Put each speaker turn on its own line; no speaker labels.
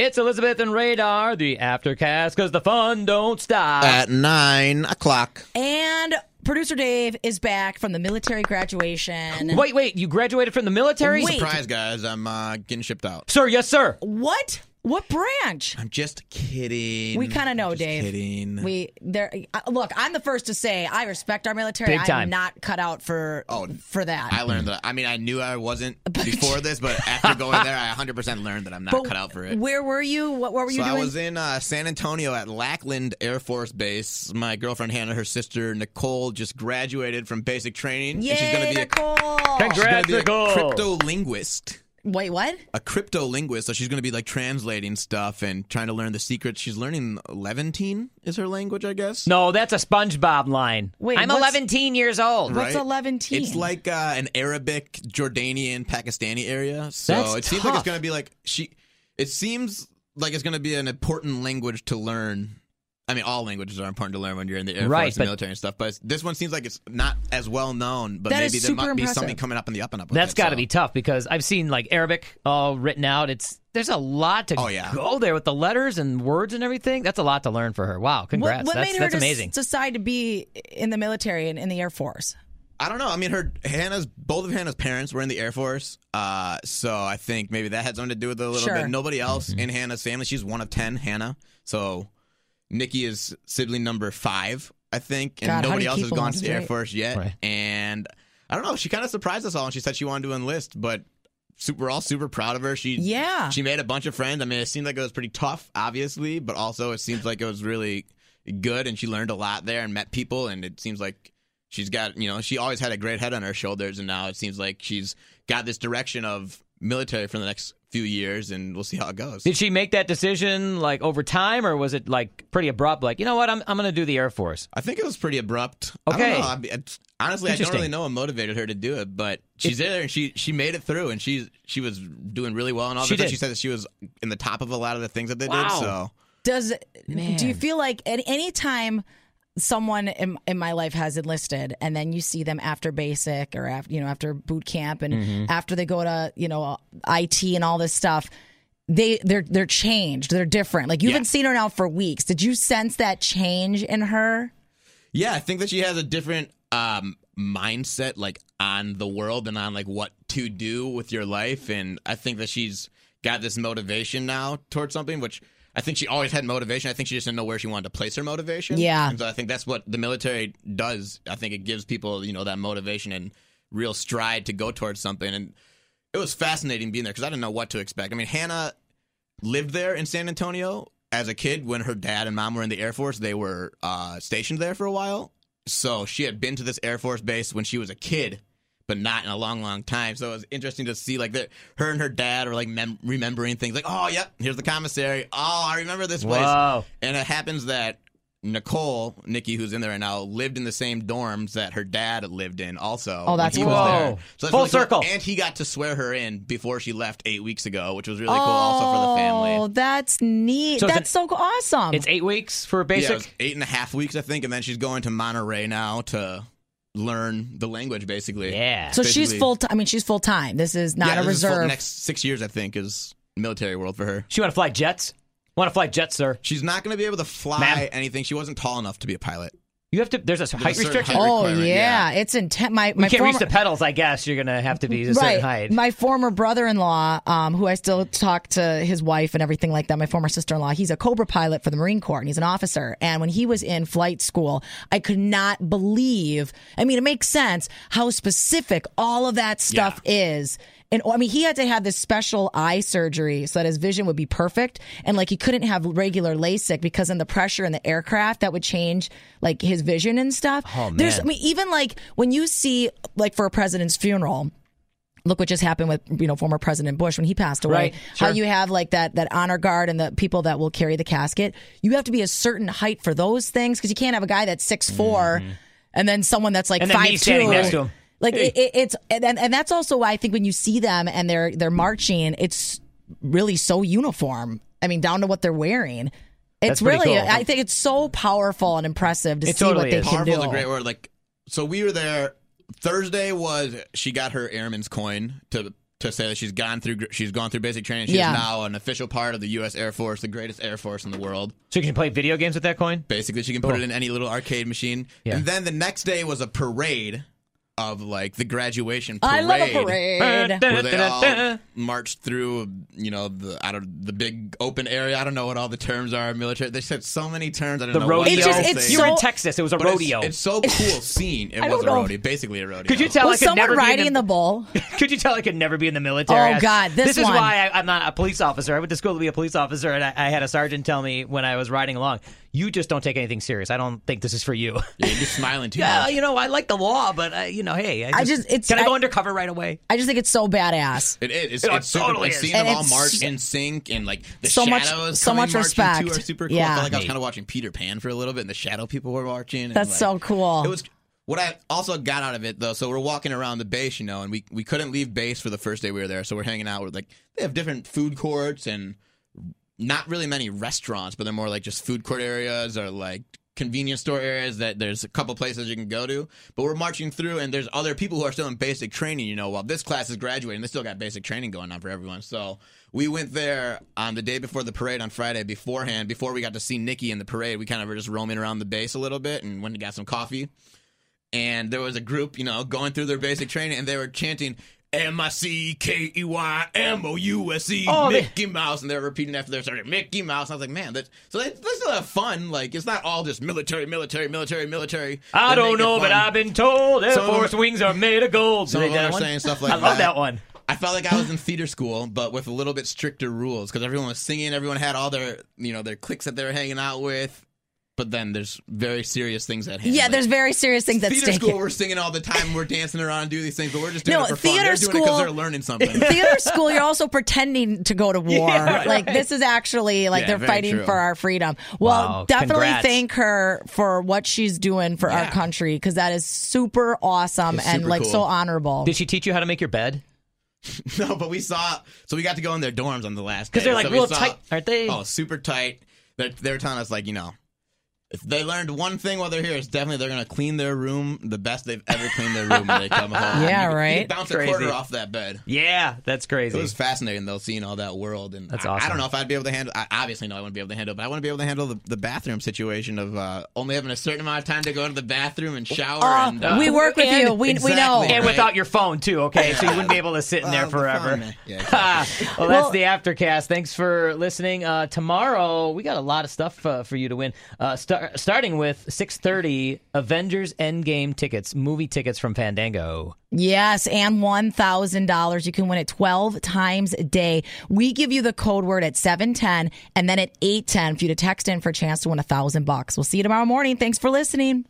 It's Elizabeth and Radar, the aftercast, because the fun don't stop.
At nine o'clock.
And producer Dave is back from the military graduation.
wait, wait, you graduated from the military?
Wait.
Surprise, guys. I'm uh, getting shipped out.
Sir, yes, sir.
What? What branch?
I'm just kidding.
We kind of know,
Just
Dave.
Kidding.
We there. uh, Look, I'm the first to say I respect our military.
Big time.
I'm not cut out for for that.
Oh, I learned that. I mean, I knew I wasn't before this, but after going there, I 100% learned that I'm not
But
cut out for it.
Where were you? What, what were you
so
doing?
I was in uh, San Antonio at Lackland Air Force Base. My girlfriend Hannah, her sister Nicole, just graduated from basic training.
Yay,
and she's gonna be
Nicole!
a, she's gonna Oh, be a
Nicole.
crypto linguist.
Wait, what?
A crypto linguist, so she's going to be like translating stuff and trying to learn the secrets. She's learning Levantine is her language, I guess.
No, that's a SpongeBob line.
Wait,
I'm
what's-
11 teen years old.
What's
right?
11 teen?
It's like uh, an Arabic, Jordanian, Pakistani area. So
That's
it seems like
tough.
it's gonna be like she. It seems like it's gonna be an important language to learn. I mean, all languages are important to learn when you're in the Air
Right,
Force and
but-
military and stuff. But it's- this one seems like it's not as well known. But
That
maybe
is
there
super
might be
impressive.
something coming up in the up and up. with
That's
it,
got to
so.
be tough because I've seen like Arabic all written out. It's there's a lot to
Oh, yeah.
go there with the letters and words and everything. That's a lot to learn for her. Wow, congrats.
what what
that's
made her
that's
des-
amazing.
decide to be in the military and in the Air Force?
I don't know. I mean, her Hannah's both of Hannah's parents were in the Air Force, uh, so I think maybe that had something to do with it a little
Sure.
bit. Nobody else in Hannah's family. She's one of ten. Hannah, so Nikki is sibling number five, I think, and
God, how do
nobody
you
else
keep
has
them
gone
all
to the Air
straight?
Force yet.
Right.
And I don't know. She kind of surprised us all, and she said she wanted to enlist, but. Super, we're all super proud of her. She
Yeah.
She made a bunch of friends. I mean, it seemed like it was pretty tough, obviously, but also it seems like it was really good, and she learned a lot there and met people. And it seems like she's got you know she always had a great head on her shoulders and now it seems like she's got this direction of military for the next few years and we'll see how it goes
Did she make that decision like over time or was it like pretty abrupt? Like, you know what? I'm, I'm going to do the Air Force.
i think it was pretty abrupt I
Okay.
don't know. I mean, it's- honestly i don't
Interesting.
really know what motivated her to do it but she's there and she she made it through and she's she was doing really well and all
She
that
did.
she said that she was in the top of a lot of the things that they did
Wow.
so
Does do
Man.
you feel like at any time someone in, in my life has enlisted and then you see them after basic or after you know after boot camp and
Mm-hmm.
after they go to you know IT and all this stuff they they're they're changed they're different like you
Yeah.
haven't seen her now for weeks did you sense that change in her
Yeah, I think that she has a different um, mindset, like on the world and on like what to do with your life. And I think that she's got this motivation now towards something, which I think she always had motivation. I think she just didn't know where she wanted to place her motivation.
Yeah.
and so I think that's what the military does. I think it gives people, you know, that motivation and real stride to go towards something. And it was fascinating being there because I didn't know what to expect. I mean, Hannah lived there in San Antonio as a kid when her dad and mom were in the Air Force. They were uh, stationed there for a while. So she had been to this Air Force base when she was a kid, but not in a long, long time. So it was interesting to see like that her and her dad are like mem- remembering things like, oh, yep, here's the commissary. Oh, I remember this place.
Wow.
And it happens that Nicole, Nikki, who's in there right now, lived in the same dorms that her dad lived in also.
Oh,
when
that's
he
cool.
was there.
Whoa.
So that's
Full
really cool.
circle.
And he got to swear her in before she left eight weeks ago, which was really cool also for the
oh
family.
that's neat
So it's
that's so awesome
It's eight weeks for basic.
Um, Yeah, it was eight and a half weeks, I think, and then she's going to Monterey now to learn the language, basically.
Yeah.
so she's
basically-
full time I mean she's full time this is not
Yeah,
a
this is full-
reserve
next six years, I think, is military world for her.
She want to fly jets? Want to fly jets, sir?
She's not going to be able to fly
Ma'am.
anything. She wasn't tall enough to be a pilot.
You have to. There's a height
certain
restriction.
height.
Oh
requirement,
yeah. it's intense. My
you
my
can't
former,
reach the pedals. I guess you're gonna have to be a certain height.
My former brother-in-law, um, who I still talk to his wife and everything like that, my former sister-in-law, he's a Cobra pilot for the Marine Corps and he's an officer. And when he was in flight school, I could not believe. I mean, it makes sense how specific all of that stuff is. And I mean, he had to have this special eye surgery so that his vision would be perfect. And like, he couldn't have regular LASIK because in the pressure in the aircraft that would change like his vision and stuff. Oh, There's, I mean, even like when you see, like, for a president's funeral, look what just happened with you know former President Bush when he passed away.
Right,
How
sure.
you have like that that honor guard and the people that will carry the casket. You have to be a certain height for those things because you can't have a guy that's six and then someone that's like
Mm-hmm. And then me
five two.
standing next to him.
Like it, it, it's and, and and that's also why I think when you see them and they're they're marching, it's really so uniform. I mean, down to what they're wearing.
That's
It's
pretty
really,
cool.
I think it's so powerful and impressive to
It
see what
totally
they
is.
can
Powerful
do.
is a great word. Like, so we were there. Thursday was she got her airman's coin to to say that she's gone through she's gone through basic training. She
Yeah.
is now an official part of the U.S. Air Force, the greatest air force in the world.
So you can play video games with that coin?
Basically, she can put it in any little arcade machine.
Oh. Yeah.
And then the next day was a parade of like the graduation parade.
Oh, I love a parade.
Where they all marched through, you know, the I don't the big open area. I don't know what all the terms are. Military. They said so many terms. I don't
The
know. what
rodeo.
It's
they
just-
all
it's
say.
you were in
so-
Texas. It was a
But it's-
rodeo.
It's, so cool seeing it
I
was a
don't know.
rodeo, basically a rodeo.
could you tell I
Was
could
someone
never be in
riding the bull?
Could you tell I could never be in the military?
Oh,
I-
God, this
is
one.
why I, I'm not a police officer. I went to school to be a police officer, and I, I had a sergeant tell me when I was riding along, "You just don't take anything serious. I don't think this is for you."
You're just smiling too
yeah,
much.
you know, I like the law, but I, you know, hey, I just,
I just- it's-
can I, go
I-
undercover right away?
I just think it's so badass.
It is. It's,
It
it's super,
totally
like,
is.
seeing
And
them all
it's
march
so-
in sync and like the
so much-
shadows
so
coming
much
marching too
respect.
are super cool. I
Yeah.
felt like I was kind of watching Peter Pan for a little bit, and the shadow people were marching. and,
That's
like,
so cool.
It was what I also got out of it though. So we're walking around the base, you know, and we we couldn't leave base for the first day we were there. So we're hanging out. We're like they have different food courts and not really many restaurants, but they're more like just food court areas or like convenience store areas that there's a couple places you can go to. But we're marching through and there's other people who are still in basic training, you know, while this class is graduating, they still got basic training going on for everyone. So we went there on the day before the parade on Friday beforehand, before we got to see Nikki in the parade, we kind of were just roaming around the base a little bit and went and got some coffee. And there was a group, you know, going through their basic training and they were chanting M I C K E Y M O U S E
Oh, they-
Mickey Mouse, and they're repeating after they're starting Mickey Mouse. And I was like, man, that so they, they still have fun. Like it's not all just military, military, military, military.
I
They
don't
make it
know, but
fun.
I've been told Air
Some of them-
Force wings are made of gold.
Some
Did
of
they do that
them are
one?
saying stuff like
I love
that.
that one.
I felt like I was in theater school, but with a little bit stricter rules because everyone was singing, everyone had all their you know their cliques that they were hanging out with. But then there's very serious things at hand.
yeah,
Like,
there's very serious things at
theater
stake.
school. We're singing all the time. We're dancing around and doing these things, but we're just doing
No,
it for fun.
theater
They're doing it
school-
because they're learning something.
Theater school, you're also pretending to go to war. like this is actually like
Yeah,
they're
very
fighting
true.
for our freedom. Well,
Wow,
definitely
congrats.
thank her for what she's doing for our
Yeah.
country because that is super awesome
It's
and
super
like so
cool.
honorable.
Did she teach you how to make your bed?
No, but we saw. So we got to go in their dorms on the last day.
Because they're like
So we
real
saw-
tight, aren't they?
Oh, super tight. They're, they're telling us like you know, if they learned one thing while they're here, it's definitely they're gonna clean their room the best they've ever cleaned their room when they come home.
Yeah,
You could- you
right?
could bounce
Crazy.
a quarter off that bed.
Yeah, that's
It
crazy.
was fascinating though, seeing all that world. And
That's
I, I
awesome.
don't know if I'd be able to handle. I obviously know I wouldn't be able to handle, it, but I want to be able to handle the, the bathroom situation of uh, only having a certain amount of time to go into the bathroom and shower.
Oh,
and, uh,
we work with
and-
you. We,
Exactly.
we know.
and
right?
without your phone too, okay? So you wouldn't be able to sit in there
Oh, the phone,
forever.
man. Yeah,
Ah, well,
Well-
that's the aftercast. Thanks for listening. Uh, tomorrow we got a lot of stuff uh, for you to win. Uh, star- starting with 6:30, Avengers Endgame tickets, movie tickets from Fandango.
Yes, and $1,000. You can win it 12 times a day. We give you the code word at 710 and then at 810 for you to text in for a chance to win a 1000 bucks. We'll see you tomorrow morning. Thanks for listening.